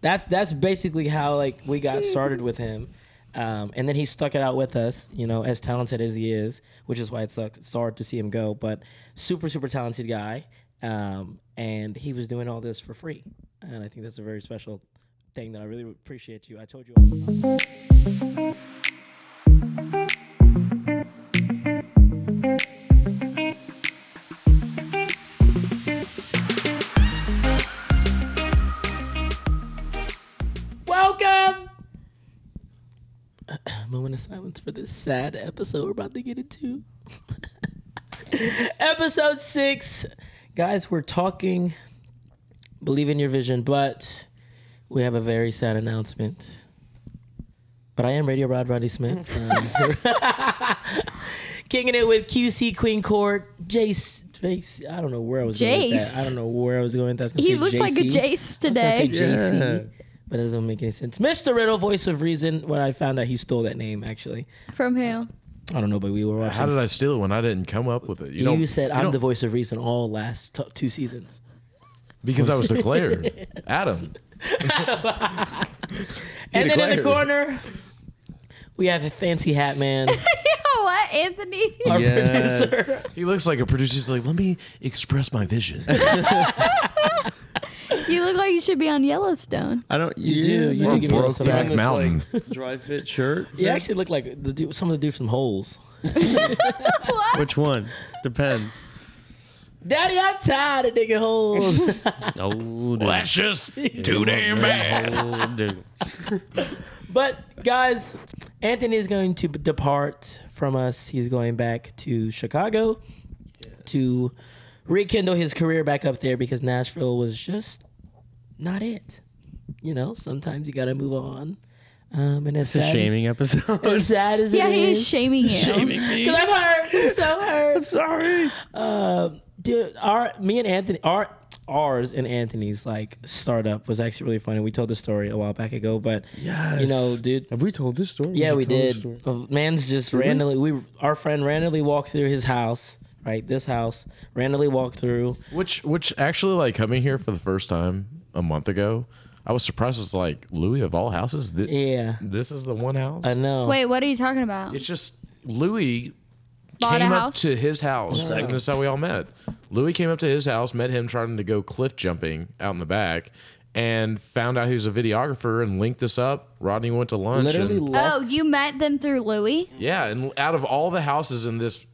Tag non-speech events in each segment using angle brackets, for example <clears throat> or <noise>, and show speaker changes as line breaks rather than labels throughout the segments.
that's that's basically how like we got started with him. Um, and then he stuck it out with us, you know, as talented as he is, which is why it sucks. It's hard to see him go, but super, super talented guy. Um, and he was doing all this for free. And I think that's a very special thing that I really appreciate you. I told you. Welcome! Moment of silence for this sad episode we're about to get into. <laughs> episode six. Guys, we're talking Believe in Your Vision, but we have a very sad announcement. But I am Radio Rod Roddy Smith.
<laughs>
Um, <laughs> kicking it with QC Queen Court, Jace. Jace, I don't know where I was going with
Jace.
that. I don't know where I was going with that. I was gonna
He
say
looks like a
JC.
Jace
I was gonna say
today.
JC,
Yeah.
but it doesn't make any sense. Mr. Riddle, voice of reason. When I found out he stole that name, actually,
From who?
I don't know, but we were watching.
How did I steal it when I didn't come up with it?
You,
You, know,
said
you
I'm
don't-
the voice of reason all last t- two seasons.
because I was
<laughs>
declared Adam.
and then in the
declared.
corner, we have a fancy hat
<laughs>
man,
you know what, Anthony?
our
Yes.
producer.
He looks like a producer. He's like, let me express my <laughs> vision.
you look like you should be on Yellowstone.
I don't. You
You do, you
Or
do give me a
broke
little
back
something.
this,
Mountain.
Like,
<laughs>
dry fit <laughs> shirt.
You actually look like the dude, some of the dude from Holes.
What?
Which one? Depends.
Daddy, I'm tired of digging holes.
<laughs> Oh, dude.
Well,
<laughs>
that's just too damn bad.
Oh, dude.
But guys, Anthony is going to depart from us. He's going back to Chicago to rekindle his career back up there because Nashville was just not it. You know, sometimes you got to move on. Um, and as
It's a
sad
shaming
As, <laughs>
episode.
as sad as
Yeah,
it
he is
is,
shaming you.
<laughs>
because I'm hurt. I'm so
<laughs>
hurt.
Sorry.
Um, dude, our me and Anthony, our ours and Anthony's like startup was actually really funny. We told the story a while back ago, but
Yes.
you know, dude,
Have we told this story?
yeah,
should
we
tell this
did.
story.
Uh, Man's just randomly. We our friend randomly walked through his house, right? This house randomly walked through.
Which, which actually, like coming here for the first time a month ago, I was surprised. It's like Louis of all houses. thi-
Yeah,
This is the one house.
I know.
Wait, what are you talking about?
It's just Louis
Bought
came
a
up
house?
to his house,
Yeah.
and that's how we all met. Louis came up to his house, met him trying to go cliff jumping out in the back, and found out he was a videographer and linked us up. Rodney went to lunch.
Literally
and-
Oh,
left.
you met them through Louis?
yeah, and out of all the houses in this,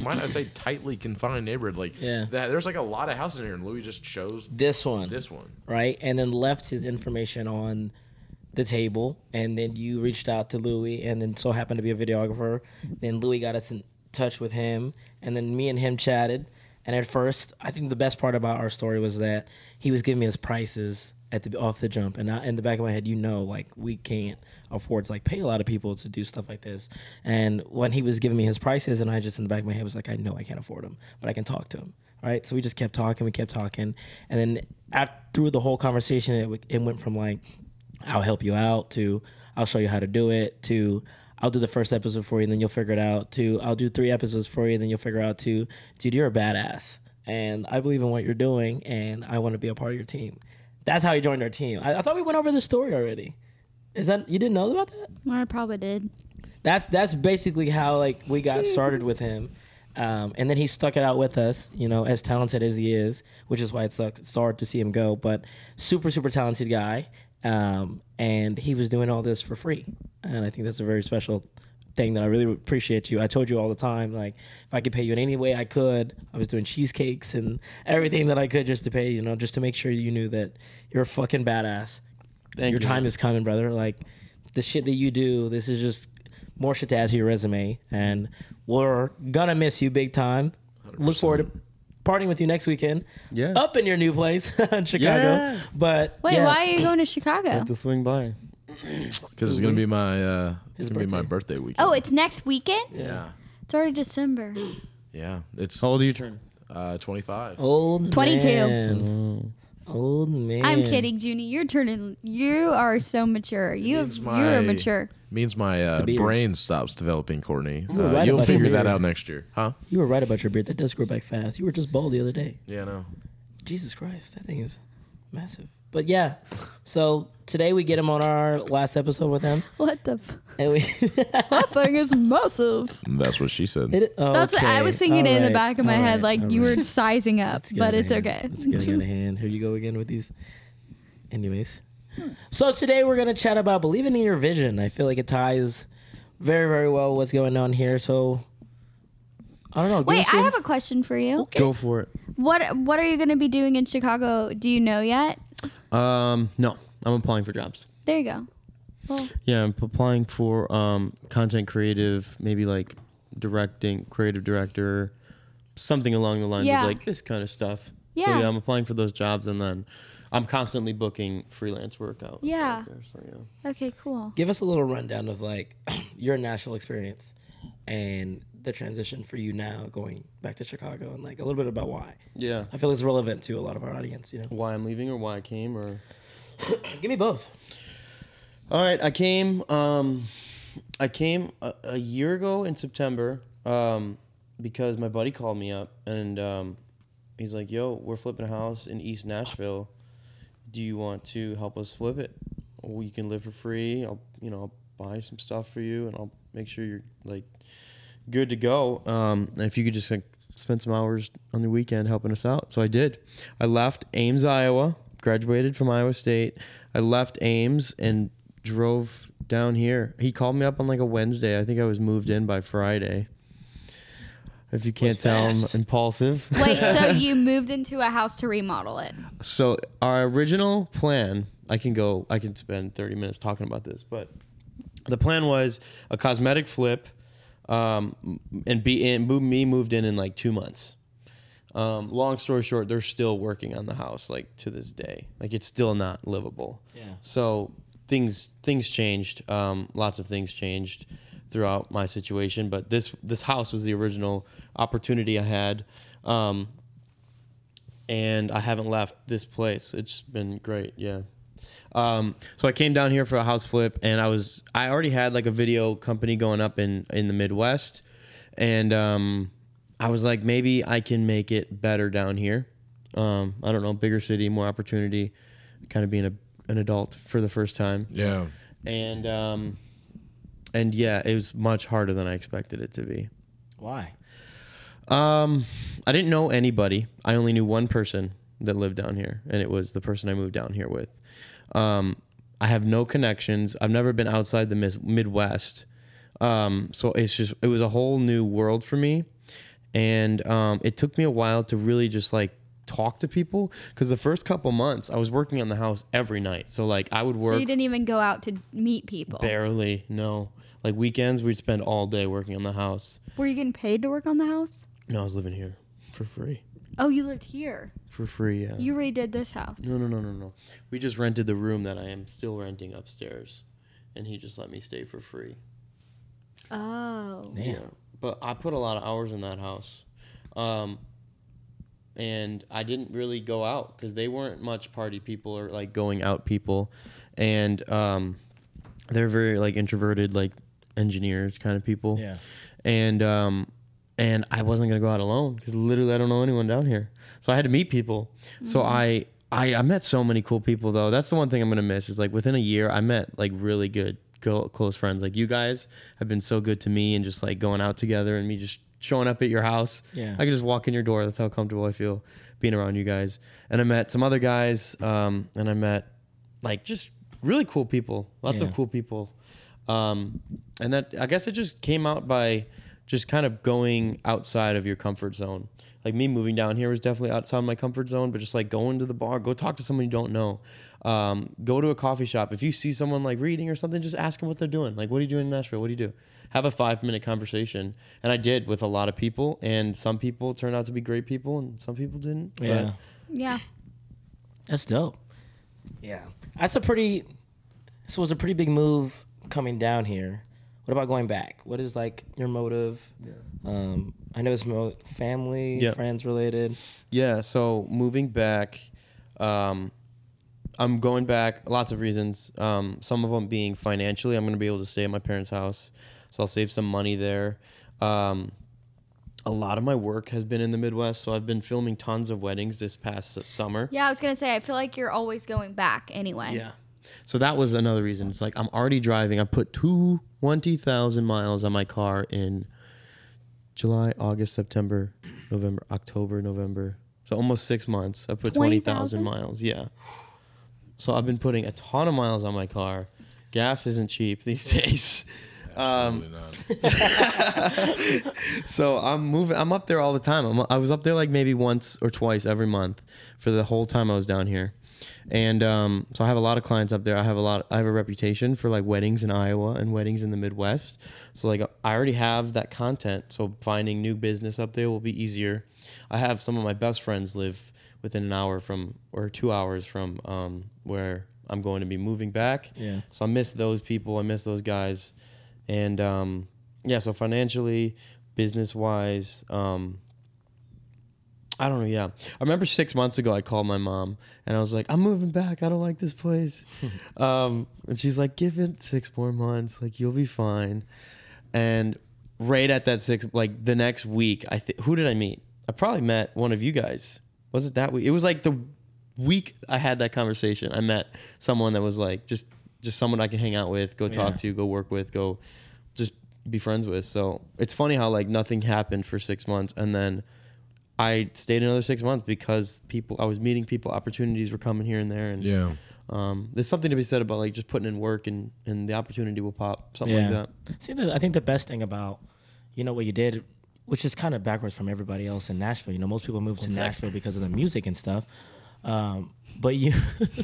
might I say, tightly confined neighborhood, like
Yeah.
that, there's like a lot of houses in here, and Louis just chose
This one,
this one.
right, and then left his information on the table, and then you reached out to Louis, and then so happened to be a videographer. Then Louis got us in touch with him, and then me and him chatted. And at first, I think the best part about our story was that he was giving me his prices at the off the jump, and I, in the back of my head, you know, like we can't afford to like pay a lot of people to do stuff like this. And when he was giving me his prices, and I just in the back of my head was like, I know I can't afford them, but I can talk to him, right? So we just kept talking, we kept talking, and then after, through the whole conversation, it, w- it went from like I'll help you out to I'll show you how to do it to I'll do the first episode for you and then you'll figure it out to I'll do three episodes for you and then you'll figure out to dude you're a badass and I believe in what you're doing and I want to be a part of your team. That's how you joined our team. I, I thought we went over this story already. Is that you didn't know about that?
I probably did.
That's that's basically how like we got started with him. Um, and then he stuck it out with us, you know, as talented as he is, which is why it sucks. It's hard to see him go, but super, super talented guy. Um, and he was doing all this for free. And I think that's a very special thing that I really appreciate you. I told you all the time, like, if I could pay you in any way I could, I was doing cheesecakes and everything that I could just to pay, you know, just to make sure you knew that you're a fucking badass
Thank
your
you.
time is coming, brother. Like the shit that you do, this is just more shit to add to your resume, and we're gonna miss you big time. Look forward to partying with you next weekend.
Yeah.
up in your new place <laughs> in Chicago.
Yeah.
But
Wait,
yeah.
why are you going to Chicago?
Have to swing by.
Because it's gonna be my uh, it's gonna be my birthday weekend.
Oh, it's next weekend?
yeah,
It's already December.
yeah. It's
How old are you turning?
uh, 25.
Old
22.
man. Old man.
I'm kidding, Junie. You're turning. You are so mature. You
means
have,
my-
you're mature.
Means my uh,
beard.
brain stops developing, Courtney.
were
Uh,
right
you'll
about your
figure that
beard.
out next year, huh?
You were right about your beard. That does grow back fast. You were just bald the other day.
Yeah, no.
Jesus Christ, that thing is massive. But yeah, so today we get him on our last episode with him,
What the? F-
and we.
that thing is massive.
That's what she said.
It-
That's what I
okay,
was thinking
all
in the
right,
back of my
all
head,
right,
like
all
you
right.
were sizing up,
Let's get
but
it
it's
in hand.
okay.
Let's get it in hand. Here you go again with these. Anyways, so today we're gonna chat about believing in your vision. I feel like it ties very, very well what's going on here. So I don't know. give
Wait,
us
I
your-
have a question for you.
Okay.
Go for it.
What What are you going to be doing in Chicago? Do you know yet?
Um, no, I'm applying for jobs.
There you go. Well,
Yeah, I'm applying for um, content creative, maybe like directing, creative director, something along the lines
Yeah.
of like this kind of stuff.
Yeah.
So yeah, I'm applying for those jobs, and then I'm constantly booking freelance work out.
Yeah.
out there, so yeah.
okay, cool.
Give us a little rundown of like <clears throat> your Nashville experience and the transition for you now going back to Chicago and like a little bit about why.
Yeah.
I feel it's relevant to a lot of our audience. You know,
Why I'm leaving or why I came or.
give me both.
All right, I came. Um, I came a, a year ago in September um, because my buddy called me up and um, he's like, "Yo, we're flipping a house in East Nashville. Do you want to help us flip it? We can live for free. I'll, you know, I'll buy some stuff for you, and I'll make sure you're like good to go. Um, and if you could just like, spend some hours on the weekend helping us out. So I did. I left Ames, Iowa, graduated from Iowa State. I left Ames and drove down here. He called me up on like a Wednesday. I think I was moved in by Friday. If you can't
Was
tell, I'm
fast.
impulsive. <laughs>
<laughs>
Wait, so you moved into a house to remodel it?
So our original plan, I can go, I can spend 30 minutes talking about this, but the plan was a cosmetic flip, um, and be and mo- me moved in in like two months. Um, long story short, they're still working on the house like to this day. Like it's still not livable.
Yeah.
So things things changed. Um, lots of things changed throughout my situation, but this this house was the original opportunity I had. Um, and I haven't left this place. It's been great, yeah. Um, so I came down here for a house flip, and I was I already had like a video company going up in in the Midwest, and um, I was like maybe I can make it better down here. Um, I don't know, bigger city, more opportunity, kind of being a an adult for the first time
yeah.
and um and yeah it was much harder than i expected it to be
Why?
um i didn't know anybody i only knew one person that lived down here and it was the person i moved down here with um i have no connections i've never been outside the mis- midwest um so it's just it was a whole new world for me and um it took me a while to really just like talk to people because the first couple months i was working on the house every night so like i would work
So you didn't even go out to meet people.
Barely, no. Like weekends, we'd spend all day working on the house.
Were you getting paid to work on the house?
No, I was living here for free.
Oh, you lived here.
For free, yeah.
You
Mm-hmm.
redid this house.
no, no, no, no, no. We just rented the room that I am still renting upstairs, and he just let me stay for free.
Oh.
Damn.
But I put a lot of hours in that house, um, and I didn't really go out because they weren't much party people or like going out people, and um, they're very like introverted, like engineers kind of people.
Yeah.
and um and I wasn't gonna go out alone because literally I don't know anyone down here, so I had to meet people. So I, I I met so many cool people though. That's the one thing I'm gonna miss is like within a year I met like really good go- close friends. Like you guys have been so good to me and just like going out together and me just showing up at your house.
Yeah.
I could just walk in your door. That's how comfortable I feel being around you guys. And I met some other guys, um, and I met like just really cool people. Lots
Yeah.
of cool people. Um, and that I guess it just came out by just kind of going outside of your comfort zone. Like me moving down here was definitely outside my comfort zone, but just like going to the bar, go talk to someone you don't know. Um, go to a coffee shop. If you see someone like reading or something, just ask them what they're doing. Like, what are you doing in Nashville? What do you do? Have a five minute conversation. And I did with a lot of people, and some people turned out to be great people, and some people didn't. But
Yeah.
Yeah.
That's dope. Yeah, that's a pretty. This was a pretty big move coming down here. What about going back? What is like your motive? Um, I know it's mo- family,
Yeah.
friends related.
Yeah, so moving back, um, I'm going back. Lots of reasons. Um, some of them being financially, I'm going to be able to stay at my parents' house, so I'll save some money there. Um, a lot of my work has been in the Midwest, so I've been filming tons of weddings this past summer.
Yeah, I was gonna say I feel like you're always going back anyway.
Yeah. So that was another reason. It's like I'm already driving. I put two twenty thousand miles on my car in July, August, September, November, October, November. So almost six months. I
20,000?
put twenty thousand miles. Yeah. So I've been putting a ton of miles on my car. Gas isn't cheap these <laughs> days.
Um, Absolutely not.
So I'm moving. I'm up there all the time. I'm, I was up there like maybe once or twice every month for the whole time I was down here, and um, so I have a lot of clients up there. I have a lot. I have a reputation for like weddings in Iowa and weddings in the Midwest. So like I already have that content. So finding new business up there will be easier. I have some of my best friends live within an hour from or two hours from um, where I'm going to be moving back.
Yeah.
So I miss those people. I miss those guys, and um, yeah. So financially, business wise, um, I don't know. Yeah, I remember six months ago I called my mom and I was like, "I'm moving back. I don't like this place," um, and she's like, "Give it six more months. Like you'll be fine." And right at that six, like the next week, I th- who did I meet? I probably met one of you guys. Was it that week? It was like the week I had that conversation. I met someone that was like just just someone I can hang out with, go talk
Yeah.
to, go work with, go just be friends with. So it's funny how like nothing happened for six months and then I stayed another six months because people I was meeting people, opportunities were coming here and there and
Yeah.
um there's something to be said about like just putting in work and and the opportunity will pop, something like that.
See, the, I think the best thing about, you know, what you did, which is kind of backwards from everybody else in Nashville. You know, most people move to Nashville because of the music and stuff. Um, but you, <laughs>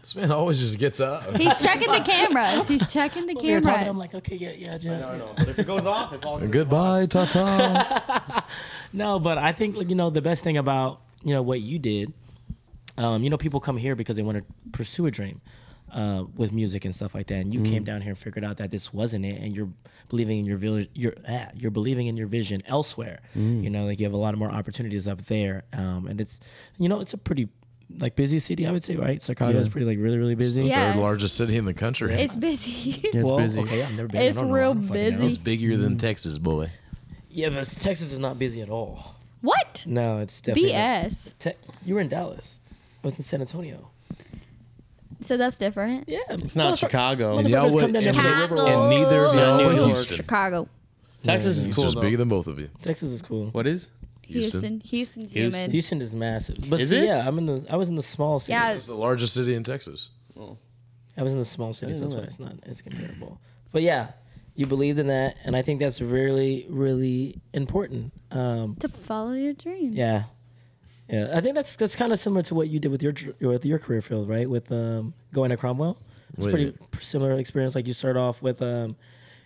This man always just gets up.
He's checking
<laughs>
the cameras. He's checking the
we were
cameras.
talking, I'm like, okay, yeah, yeah, yeah.
But if it goes off, it's all
Goodbye, Tata.
No, but I think like, you know the best thing about you know what you did. Um, you know, people come here because they want to pursue a dream uh, with music and stuff like that. And you came down here and figured out that this wasn't it, and you're believing in your village. You're ah, you're believing in your vision elsewhere. You know, like you have a lot of more opportunities up there, um, and it's you know it's a pretty like busy city, I would say, right? Chicago is
Yeah.
pretty like really really busy.
Yeah. Yes.
Third largest city in the country.
it's busy.
It's
Well,
busy.
Okay, I've never been. I
It's
don't know.
real
I don't fucking know.
busy. It's
bigger than Texas, boy.
Yeah, but Texas is not busy at all.
what?
No, it's definitely
BS.
Te- you were in Dallas. I was in San Antonio.
So that's different.
Yeah,
It's not Chicago.
motherfuckers
And y'all
come down
would-
there for the river
Chicago.
walk.
And neither of
Yeah,
y'all
New
were
York.
Houston.
Chicago.
Texas
Yeah.
is
It's
cool.
just
though.
bigger than both of you.
Texas is cool.
What is?
Houston.
Houston. Houston's
Houston.
humid.
Houston is massive. But
Is
see,
it?
yeah, I'm in the. I was in the small city.
Yeah.
It's the largest city in Texas.
I was in the small city. So
know
that's why
that.
it's not as comparable. But yeah, you believed in that, and I think that's really, really important. Um,
To follow your dreams.
yeah, yeah. I think that's that's kind of similar to what you did with your dr- with your career field, right? With um, going to Cromwell, it's
Wait a
pretty similar experience. Like you start off with. Um,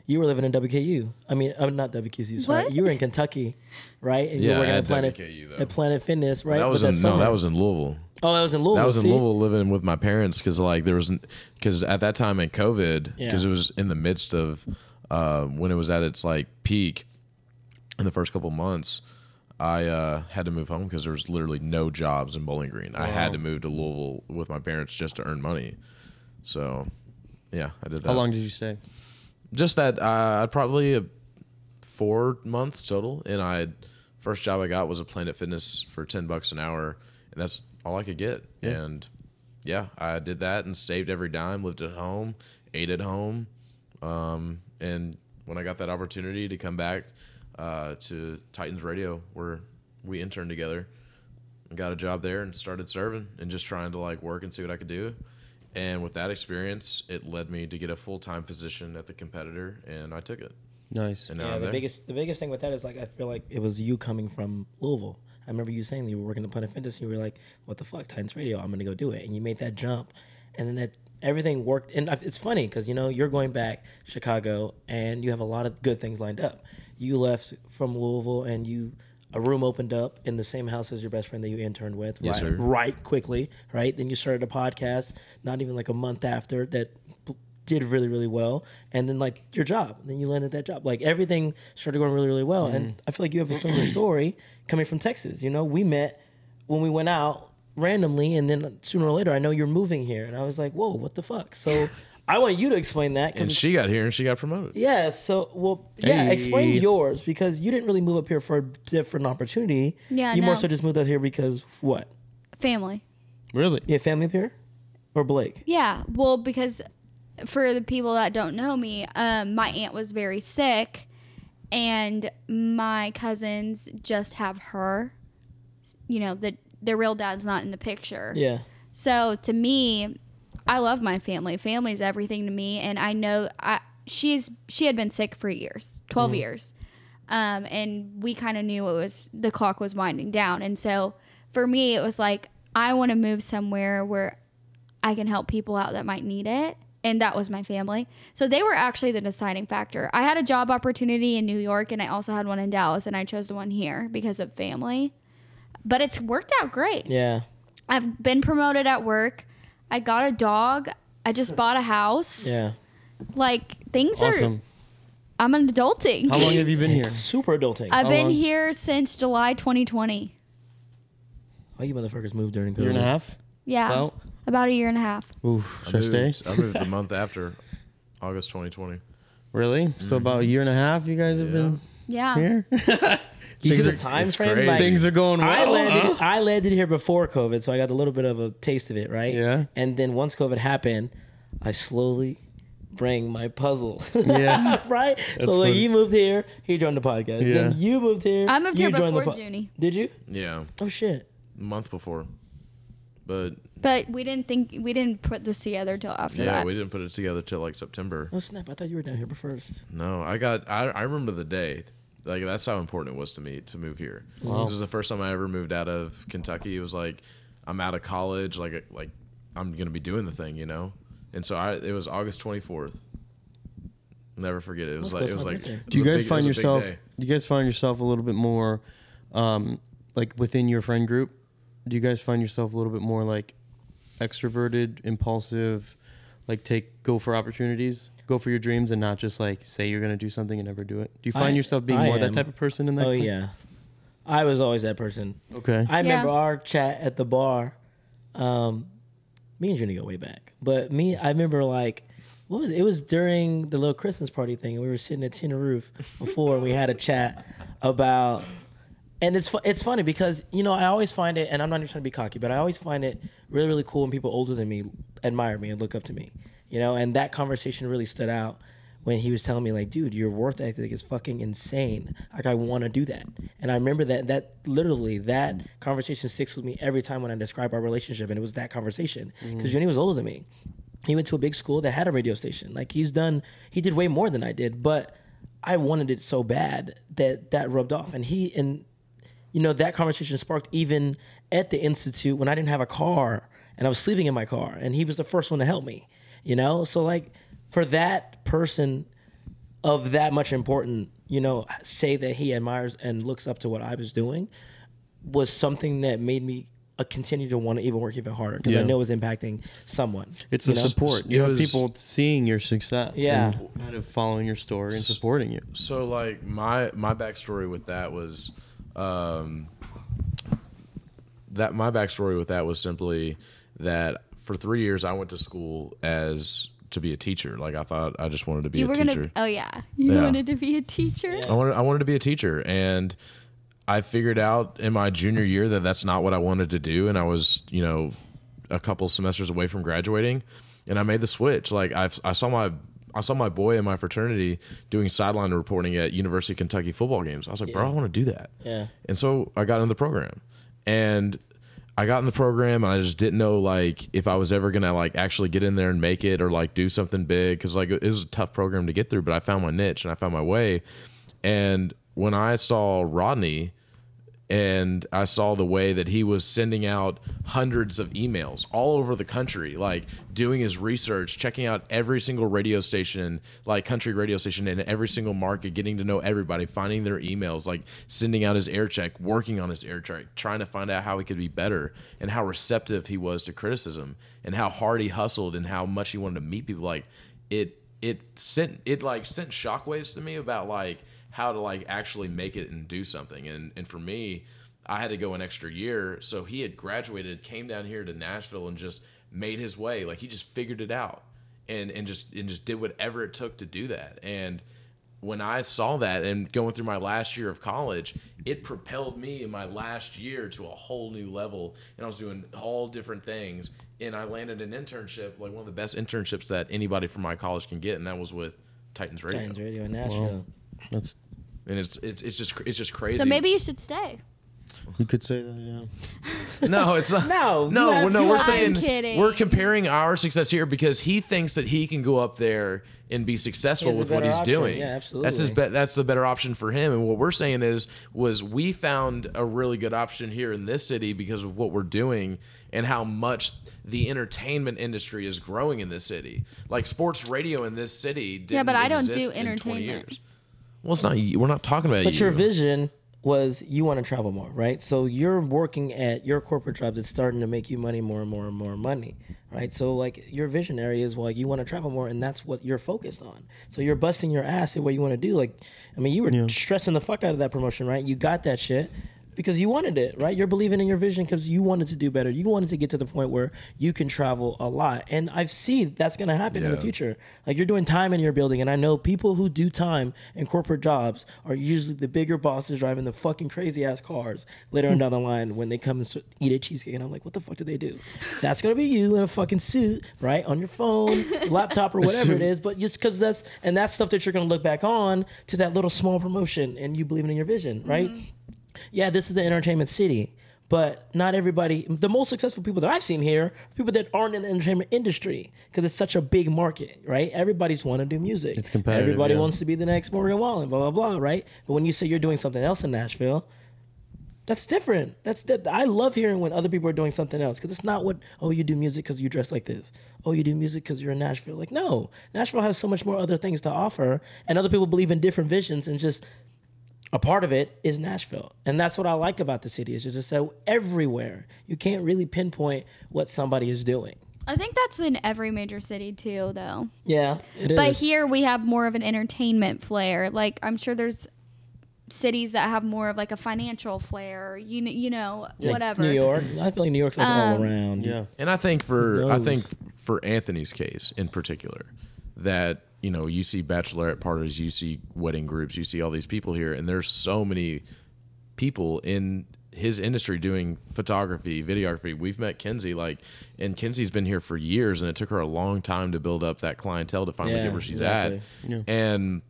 you were living in WKU. I mean, I'm not WKU. Sorry,
What?
you were in Kentucky, right? And you
Yeah,
were working
at
at Planet
WKU though.
at Planet Fitness, right?
That was
But
in, no,
summer-
that was in Louisville.
Oh, that was in Louisville.
That was in
see?
Louisville living with my parents because like there was because at that time in COVID
Yeah.
because it was in the midst of uh, when it was at its like peak in the first couple months. I uh, had to move home because there was literally no jobs in Bowling Green. I had to move to Louisville with my parents just to earn money. So, yeah, I did that.
How long did you stay?
Just that uh, I probably uh, four months total, and I first job I got was a Planet Fitness for ten bucks an hour, and that's all I could get. And yeah, I did that and saved every dime, lived at home, ate at home, um, and when I got that opportunity to come back uh, to Titans Radio, where we interned together, I got a job there and started serving and just trying to like work and see what I could do. And with that experience, it led me to get a full time position at the competitor, and I took it.
Nice.
And now
Yeah,
I'm
the
there.
biggest the biggest thing with that is like I feel like it was you coming from Louisville. I remember you saying you were working at Planet Fitness. And you were like, "What the fuck, Titans Radio? I'm gonna go do it." And you made that jump, and then that everything worked. And I- it's funny because you know you're going back Chicago, and you have a lot of good things lined up. You left from Louisville, and you a room opened up in the same house as your best friend that you interned with.
Yes,
right,
sir.
right quickly, right? Then you started a podcast not even like a month after that b- did really, really well. And then like your job, then you landed that job. Like everything started going really, really well. And I feel like you have a similar story coming from Texas. You know, we met when we went out randomly and then sooner or later I know you're moving here. And I was like, whoa, what the fuck? So I want you to explain that. 'cause
And
it's-
she got here and she got promoted.
yeah. So, well, yeah. Explain
Hey.
yours because you didn't really move up here for a different opportunity.
Yeah,
You more
no.
so just moved up here because what?
Family.
Really?
You have family up here, or Blake?
Yeah. Well, because for the people that don't know me, um, my aunt was very sick, and my cousins just have her. You know, the their real dad's not in the picture.
Yeah.
So to me, I love my family. Family's everything to me, and I know I she's she had been sick for years, twelve years, um, and we kind of knew it was the clock was winding down, and so for me it was like I want to move somewhere where I can help people out that might need it. And that was my family. So they were actually the deciding factor. I had a job opportunity in New York and I also had one in Dallas, and I chose the one here because of family. But it's worked out great.
Yeah.
I've been promoted at work. I got a dog. I
<laughs>
just bought a house.
Yeah.
Like things are.
Awesome.
I'm an adulting.
How long have you been here?
Super adulting.
I've
how
been
long?
here since July 2020.
All you motherfuckers moved during COVID.
Year and a half?
Yeah.
Well.
about a year and a half.
Oof.
I
Should I stay?
moved, I moved the month after August 2020.
Really? So about a year and a half you guys have been
Yeah.
here?
You see
Things
the
are,
time
it's
frame?
crazy.
Like,
<laughs> things are going well.
I landed.
huh?
I landed here before COVID, so I got a little bit of a taste of it, right?
Yeah.
And then once COVID happened, I slowly bring my puzzle. <laughs>
Yeah.
right. so
That's
like
funny.
you moved here, he joined the podcast. Then
Yeah.
you moved here.
I moved
you
here
joined the
before Junie.
Did you?
Yeah,
Oh shit.
month before. But
But we didn't think we didn't put this together till after
yeah,
that.
we didn't put it together till like September.
Oh snap! I thought you were down here first.
No, I got. I, I remember the day. Like that's how important it was to me to move here. This was the first time I ever moved out of Kentucky. It was like I'm out of college. Like like I'm gonna be doing the thing, you know. And so I it was August 24th. Never forget it. It was
That's close
like it was
to my
like.
birthday.
it
Do you
was a
guys
big- it
find
was a big
yourself?
day.
Do you guys find yourself a little bit more, um, like within your friend group? Do you guys find yourself a little bit more like extroverted, impulsive, like take go for opportunities, go for your dreams, and not just like say you're gonna do something and never do it? Do you find
I-
yourself being
I
more
am.
that type of person in that?
oh
friend-
yeah. I was always that person.
Okay.
I remember
Yeah.
our chat at the bar. Um, me and Junior go way back, but me, I remember like, what was it? it was during the little Christmas party thing, and we were sitting at Tin Roof before, and we had a chat about. And it's fu- it's funny because you know I always find it, and I'm not even trying to be cocky, but I always find it really really cool when people older than me admire me and look up to me, you know. And that conversation really stood out when he was telling me like, dude, your worth ethic is fucking insane. Like I want to do that. And I remember that that literally that conversation sticks with me every time when I describe our relationship. And it was that conversation because Jenny was older than me. He went to a big school that had a radio station. Like he's done, he did way more than I did, but I wanted it so bad that that rubbed off. And he and you know that conversation sparked even at the institute when I didn't have a car and I was sleeping in my car, and he was the first one to help me. You know, so like for that person of that much important, you know, say that he admires and looks up to what I was doing was something that made me uh, continue to want to even work even harder because I
Yeah.
know it was impacting someone.
It's
you
the
know?
support. You
it
have
was-
people seeing your success.
Yeah.
And kind of following your story and supporting you.
so like my my backstory with that was um that my backstory with that was simply that for three years I went to school as to be a teacher. Like I thought I just wanted to be
you
a
were
teacher.
gonna. Oh yeah. <laughs> You
Yeah.
wanted to be a teacher.
I wanted I wanted to be a teacher, and I figured out in my junior year that that's not what I wanted to do, and I was you know a couple semesters away from graduating, and I made the switch. Like I I saw my I saw my boy in my fraternity doing sideline reporting at University of Kentucky football games. I was like, bro, I want to do that.
Yeah.
And so I got in the program, and I got in the program, and I just didn't know like if I was ever gonna like actually get in there and make it or like do something big because like it was a tough program to get through. But I found my niche and I found my way. And when I saw Rodney, and I saw the way that he was sending out hundreds of emails all over the country, like doing his research, checking out every single radio station, like country radio station in every single market, getting to know everybody, finding their emails, like sending out his air check, working on his air check, trying to find out how he could be better and how receptive he was to criticism and how hard he hustled and how much he wanted to meet people. Like it it sent it like sent shockwaves to me about like how to like actually make it and do something and and for me i had to go an extra year so he had graduated came down here to nashville and just made his way like he just figured it out and and just and just did whatever it took to do that. And when I saw that and going through my last year of college, it propelled me in my last year to a whole new level. And I was doing all different things. And I landed an internship, like one of the best internships that anybody from my college can get, and that was with Titans Radio.
Titans Radio in Nashville.
That's
And it's it's it's just it's just crazy.
So maybe you should stay.
you could say that. Yeah.
<laughs> No, it's not.
No,
no,
you
we're- <laughs> no.
have-
We're
I'm
saying
kidding.
we're comparing our success here because he thinks that he can go up there and be successful
He has a
with what
better
he's
option.
doing.
Yeah,
That's his
absolutely.
be- That's the better option for him. And what we're saying is, was we found a really good option here in this city because of what we're doing and how much the entertainment industry is growing in this city. Like sports radio in this city. Didn't
Yeah, but I don't do
exist in 20
entertainment.
years. Well, it's not. you- We're not talking about
But
you.
your vision was you want to travel more, right? So you're working at your corporate job that's starting to make you money more and more and more money, right? So like your visionary is well, you want to travel more, and that's what you're focused on. So you're busting your ass at what you want to do. Like, I mean, you were stressing the fuck out of that promotion, right? You got that shit. Because you wanted it, right? You're believing in your vision because you wanted to do better. You wanted to get to the point where you can travel a lot. And I've seen that's going to happen in the
Yeah.
future future. Like you're doing time in your building, and I know people who do time in corporate jobs are usually the bigger bosses driving the fucking crazy ass cars later on down the line when they come and s- eat a cheesecake, and I'm like, what the fuck do they do? That's gonna be you in a fucking suit, right, on your phone, laptop, or whatever it is. But just because that's and that's stuff that you're gonna look back on to that little small promotion, and you believing in your vision, right? yeah, this is the entertainment city, but not everybody. The most successful people that I've seen here, are people that aren't in the entertainment industry, because it's such a big market, right? Everybody's want to do music.
It's competitive,
Everybody
yeah.
wants to be the next Morgan Wallen, blah blah blah, right? But when you say you're doing something else in Nashville, that's different. That's that. I love hearing when other people are doing something else because it's not what. Oh, you do music because you dress like this. Oh, you do music because you're in Nashville. Like no, Nashville has so much more other things to offer, and other people believe in different visions and just a part of it is Nashville. And that's what I like about the city is it's just so everywhere. You can't really pinpoint what somebody is doing.
I think that's in every major city too, though.
Yeah, it is.
But here we have more of an entertainment flair. Like I'm sure there's cities that have more of like a financial flair. You kn- you know
Like
whatever. Um,
New York. I feel like New York's like all around.
Yeah.
And I think for I
knows?
think for Anthony's case in particular, that you know you see bachelorette parties, you see wedding groups, you see all these people here, and there's so many people in his industry doing photography, videography. We've met Kenzie like, and Kenzie's been here for years, and it took her a long time to build up that clientele to finally
Yeah,
get where she's at.
exactly.
And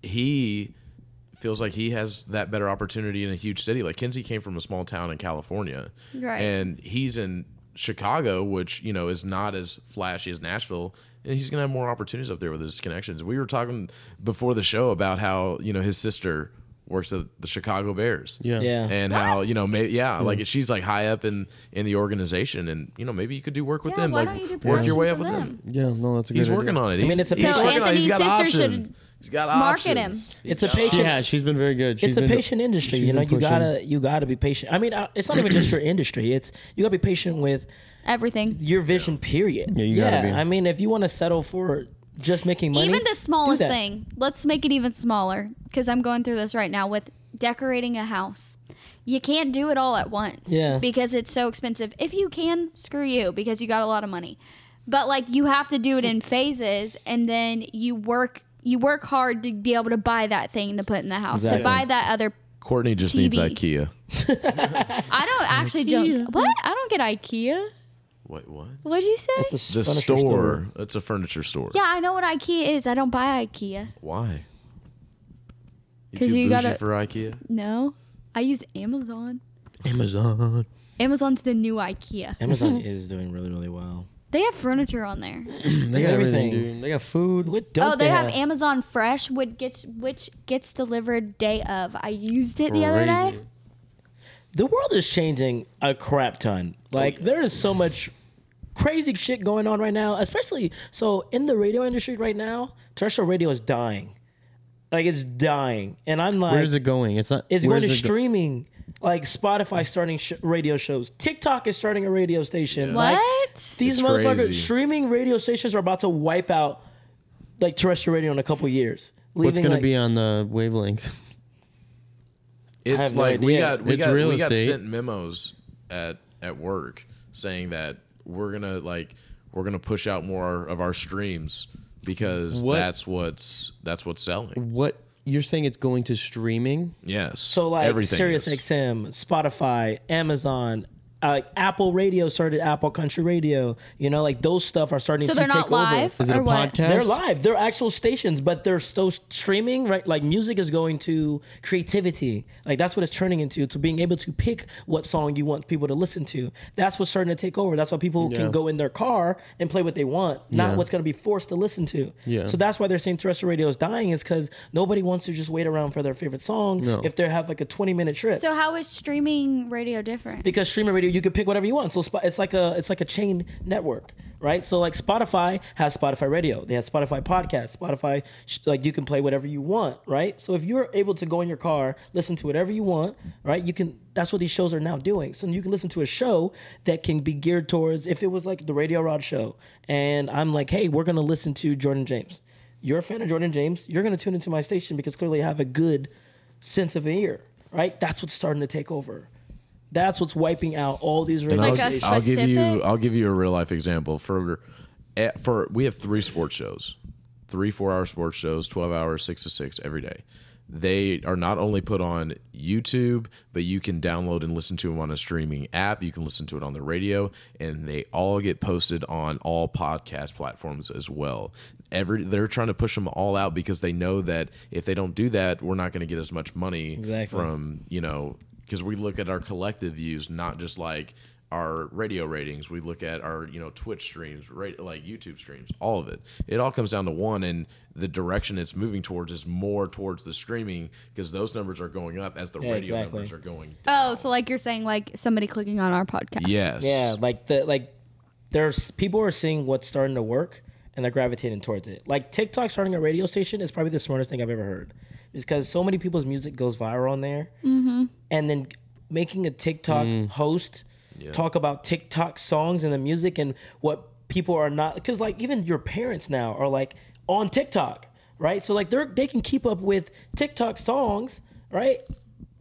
he feels like he has that better opportunity in a huge city. Like Kinsey came from a small town in California,
Right.
And he's in Chicago, which you know is not as flashy as Nashville, and he's gonna have more opportunities up there with his connections. We were talking before the show about how you know his sister works at the Chicago Bears,
Yeah.
Yeah.
and how you know, may, yeah, like she's like high up in in the organization, and you know maybe you could do work with
Yeah,
them,
why
like
don't you do
work
promotion
your way
for
up with
them?
them.
Yeah. No, that's a good.
He's working on it.
mean,
He's-
it's a
he's
So
working on it. He's
Anthony's
got
sister should
options. He's got
market him.
options.
It's a
She
patient.
has. She's been very good.
It's
She's
a
been-
patient industry.
she's
You know,
been
you
pushing.
gotta you gotta be patient. I mean, I, it's not even just your industry. It's you gotta be patient with
Everything.
your vision. Period.
Yeah, you gotta be.
I mean, if you want to settle for just making money,
even the
do
smallest
that.
thing. Let's make it even smaller because I'm going through this right now with decorating a house. You can't do it all at once
Yeah.
because it's so expensive. If you can, screw you because you got a lot of money. But like you have to do it in phases and then you work you work hard to be able to buy that thing to put in the house,
Exactly.
to buy that other
Courtney just
TV.
needs IKEA.
I don't actually don't what? I don't get IKEA.
Wait, what?
What'd you say?
It's a
The
furniture
store, It's a furniture store.
yeah, I know what IKEA is. I don't buy IKEA.
Why?
'Cause
too
you
bougie
gotta-
for IKEA.
No. I use Amazon.
Amazon.
Amazon's the new IKEA.
Amazon is doing really really well.
They have furniture on there.
<clears throat> They got everything,
Everything.
dude. They got food.
What don't
oh, they, have, Amazon Fresh, which gets which gets delivered day of. I used it the other day.
Crazy.
the world is changing a crap ton.
Oh,
Like there is so much crazy shit going on right now, especially so in the radio industry right now. Terrestrial radio is dying, like it's dying, and I'm like,
Where is it going? It's not.
it's
where
going to
is it go-
streaming. like Spotify starting sh- radio shows, TikTok is starting a radio station.
What?
Like, these
It's
motherfuckers
crazy.
streaming radio stations are about to wipe out like terrestrial radio in a couple years.
What's
leaving,
going
like-
to be on the wavelength?
It's
have no
like we
idea.
got we
It's
got
real
we got
estate.
sent memos at at work saying that we're gonna like we're gonna push out more of our streams because
What-
that's what's that's what's selling.
What you're saying? It's going to streaming.
Yes.
So like
everything is.
SiriusXM, Spotify, Amazon, uh, like Apple Radio started Apple Country Radio. You know, like those stuff are starting
So
to
they're
take
not live
over.
Is it a
or what?
podcast?
They're live. They're actual stations, but they're still streaming. Right, like music is going to creativity. Like that's what it's turning into. To being able to pick what song you want people to listen to. That's what's starting to take over. That's why people
Yeah.
can go in their car and play what they want, not
Yeah.
what's going to be forced to listen to.
Yeah.
So that's why they're saying terrestrial radio is dying. Is because nobody wants to just wait around for their favorite song
No.
if they have like a twenty minute trip
So how is streaming radio different?
because streaming radio you can pick whatever you want so Spo- it's like a it's like a chain network right so like spotify has spotify radio they have spotify podcast spotify sh- like you can play whatever you want right so if you're able to go in your car listen to whatever you want right you can that's what these shows are now doing so you can listen to a show that can be geared towards if it was like the radio rod show and i'm like hey we're gonna listen to jordan james you're a fan of jordan james you're gonna tune into my station because clearly i have a good sense of an ear right that's what's starting to take over that's what's wiping out all these
And
radio
Like a
stations.
I'll give you
specific-
I'll give you a real life example for eh, for we have three sports shows, three four hour sports shows, twelve hours, six to six every day. They are not only put on YouTube, but you can download and listen to them on a streaming app. You can listen to it on the radio, and they all get posted on all podcast platforms as well. Every they're trying to push them all out because they know that if they don't do that, we're not going to get as much money
Exactly.
from um, you know, because we look at our collective views, not just like our radio ratings. We look at our, you know, Twitch streams, right, like YouTube streams, all of it. It all comes down to one, and the direction it's moving towards is more towards the streaming because those numbers are going up as the
Yeah,
radio
exactly.
numbers are going
Oh, so like you're saying, like somebody clicking on our podcast.
Yes.
Yeah, like the like there's people are seeing what's starting to work and they're gravitating towards it. Like TikTok starting a radio station is probably the smartest thing I've ever heard. Because so many people's music goes viral on there. And then making a TikTok host talk about TikTok songs and the music and what people are not cuz like even your parents now are like on TikTok, right? So like they're they can keep up with TikTok songs, right?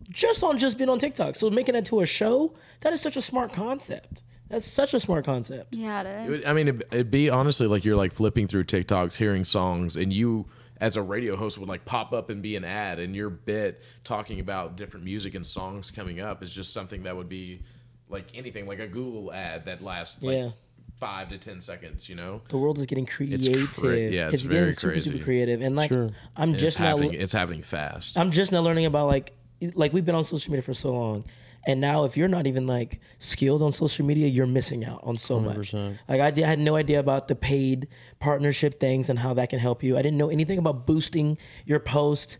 just on just being on TikTok. So making it to a show, that is such a smart concept. That's such a smart concept.
Yeah, it
It
is.
would- I mean, it'd, it'd be honestly like you're like flipping through TikToks, hearing songs, and you as a radio host would like pop up and be an ad, and your bit talking about different music and songs coming up is just something that would be like anything, like a Google ad that lasts like
Yeah.
five to ten seconds, you know.
The world is getting creative.
yeah, it's
getting
very
super,
crazy.
super creative. And like, I'm
It's
just now
happening. it's happening fast.
I'm just now learning about like like we've been on social media for so long. And now if you're not even like skilled on social media, you're missing out on so much.
100%.
Like I, did, I had no idea about the paid partnership things and how that can help you. I didn't know anything about boosting your post,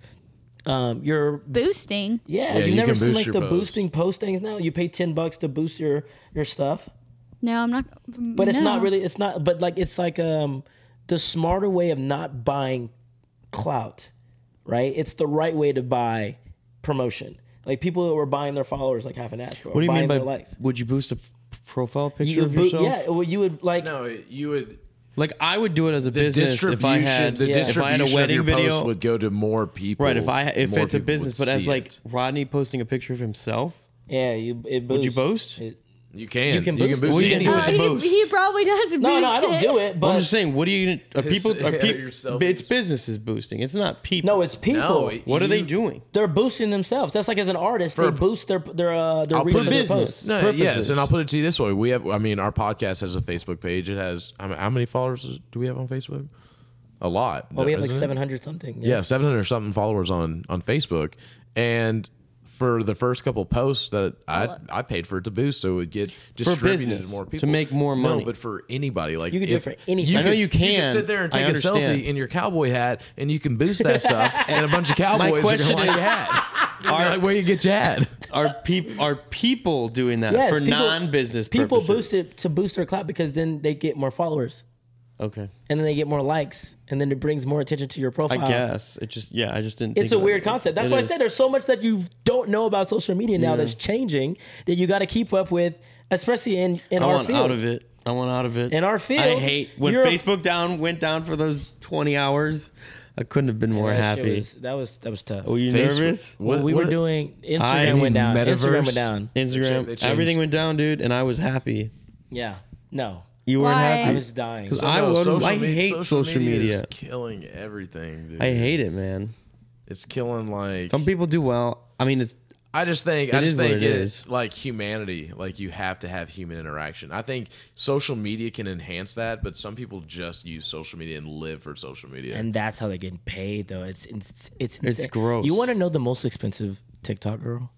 um, your
boosting.
Yeah,
Yeah,
you've
you
never
can
seen
boost
like
your
the
post.
boosting post things now. You pay ten bucks to boost your your stuff,
No, I'm not. mm,
but it's not really. It's not. But like it's like um the smarter way of not buying clout, right? It's the right way to buy promotion. Like people that were buying their followers like half an ass.
What do you mean by
likes?
Would you boost a f- profile picture
You
of
would boo-
yourself?
yeah, well, you would like.
no, it- you would.
Like I would do it as a business if I
distribution,
had
the
Yeah.
if
distribution
I had a wedding
of your post
video.
would go to more people.
right, if I if
more
it's a
people would
business, but as
see
like
it.
Rodney posting a picture of himself.
Yeah, you. It
Would you
boosts.
boast?
It-
you can, you
can
can boost,
boost it.
anything.
Oh,
Uh,
really
he,
boost.
he probably does.
no, no, I don't do it. But
I'm just saying, what are you gonna are
His-
people? Are
yeah,
peop-
yourself
it's
is-
businesses boosting. It's not people.
no, it's people.
No,
what are they
you-
doing?
they're boosting themselves. That's like as an artist, they boost their their uh, their
I'll
reach
put
of their
business.
posts.
No,
purposes.
yes, and I'll put it to you this way: we have, I mean, our podcast has a Facebook page. It has how m- how many followers do we have on Facebook? A lot.
Oh,
Well, we have like
isn't it?
seven hundred something.
Yeah, seven hundred something followers on on Facebook, and for the first couple posts that I I paid for it to boost, so it would get distributed to
business,
more
to
people
make more money.
No, but for anybody, like
You could do it
if-
for anything. I
know
could-
you can.
could sit there and
I
take a
understand.
selfie in your cowboy hat, and you can boost that
<laughs>
stuff, and a bunch of cowboys are
question
going like
is- <laughs>
that.
Are-
like, where you get your hat?
Are people are people doing that
Yes,
for
people-
non-business
People
purposes?
boost it to boost their clout because then they get more followers
Okay,
and then they get more likes and then it brings more attention to your
I
profile.
guess it just yeah. I just didn't.
It's
think
a
about
weird
it.
concept. That's
It
why I
is.
said there's so much that you don't know about social media now that's changing that you got to keep up with, especially in in
I
our
want
field.
out of it. I want out of it.
In our
I
field,
hate when
you're a-
Facebook down went down for those 20 hours. I couldn't have been more
That shit
happy.
was- that was that was tough.
Were <laughs> you
Facebook-
nervous?
What, we were doing Instagram
I mean,
went down. Instagram
metaverse.
went down.
They cha-
Instagram,
they changed-
everything went down, dude, and I was happy.
Yeah. No.
You weren't
Why?
I
happy.
was dying.
I
know
would-
social
I
me-
hate social
is
media.
killing everything. Dude.
I hate it, man.
It's killing like
Some people do well. I mean, it's
I just think I
It
just
is what
think
it
it's
is.
like humanity. Like you have to have human interaction. I think social media can enhance that, but some people just use social media and live for social media.
and that's how they're getting paid though. It's it's it's insane.
gross.
You want to know the most expensive TikTok girl,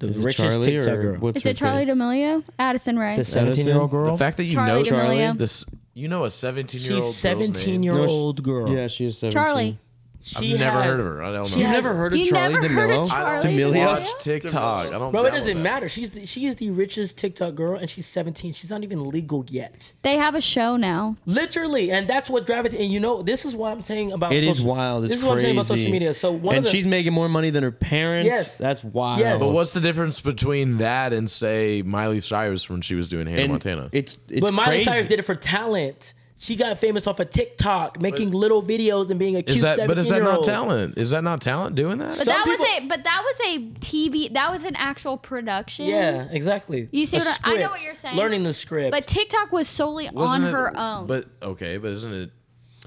the
is it
richest
Charlie
TikTok
or
girl,
what's
Is
her
it Charlie
face?
D'Amelio? Addison Ray.
the seventeen-year-old girl.
the fact that you
Charli
know
D'Amelio.
Charlie, this you know a seventeen-year-old.
She's seventeen-year-old girl.
Yeah, she's seventeen.
Charlie.
I've
She
never
has-
heard of her. I don't know.
she
You
has-
never heard of
You
Charlie
never heard of
D'Amelio?
I
Charlie
don't
D'Amelio?
watch TikTok. I don't.
Bro, it
download
doesn't
that.
matter. She's the, she is the richest TikTok girl, and she's 17. She's not even legal yet.
They have a show now.
Literally, and that's what gravity. And you know, this is what I'm saying about.
It
social,
is wild. It's
this is what I'm saying about social
crazy.
media. So one
and
of the,
she's making more money than her parents.
Yes.
that's wild.
Yes.
But what's the difference between that and say Miley Cyrus when she was doing Hannah
And
Montana?
It's it's
but Miley
crazy.
Cyrus did it for talent. She got famous off of TikTok, making little videos and being a cute
is that but is that not
17-year-old.
talent? Is that not talent doing that?
But
Some
that was
people-
a but that was a TV that was an actual production.
Yeah, exactly.
You see
A
what I- I know what
script.
you're saying.
Learning the script.
But TikTok was solely on
Wasn't it-
her own.
But okay, but isn't it?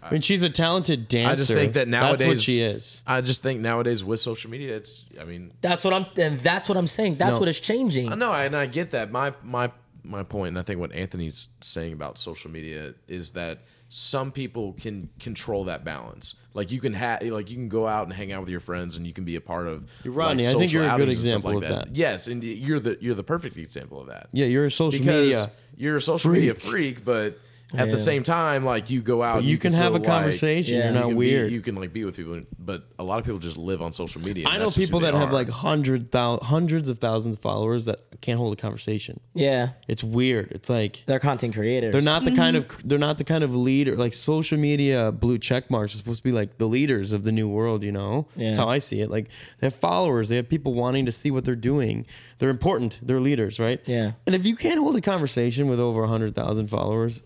I mean, she's a talented dancer.
I just think that nowadays
that's what she is.
I just think nowadays with social media, it's. I mean,
that's what I'm. And that's what I'm saying. That's
No.
what is changing.
I know, and I get that. My my my point, and I think what Anthony's saying about social media is that some people can control that balance. Like you can have, like you can go out and hang out with your friends, and you can be a part of.
Rodney,
like,
I think
social
you're a good
outings and stuff
example of that.
Yes, and you're the you're the perfect example of that.
Yeah, you're a social
because
media.
you're a social media freak, but at the
Yeah.
same time, like you go out,
You, can, have a
still, like,
conversation.
Yeah.
You're
You
not
you can be-
weird.
you can like be with people, but a lot of people just live on social media.
I
and
know
that's just
people
who
that
they
have
are.
like hundred thou- hundreds of thousands of followers that can't hold a conversation.
yeah,
It's weird. It's like
they're content creators.
they're not the kind of they're not the kind of leader like social media blue check marks are supposed to be like the leaders of the new world you know
Yeah.
that's how i see it like they have followers they have people wanting to see what they're doing they're important they're leaders right
Yeah.
and if you can't hold a conversation with over 100000 followers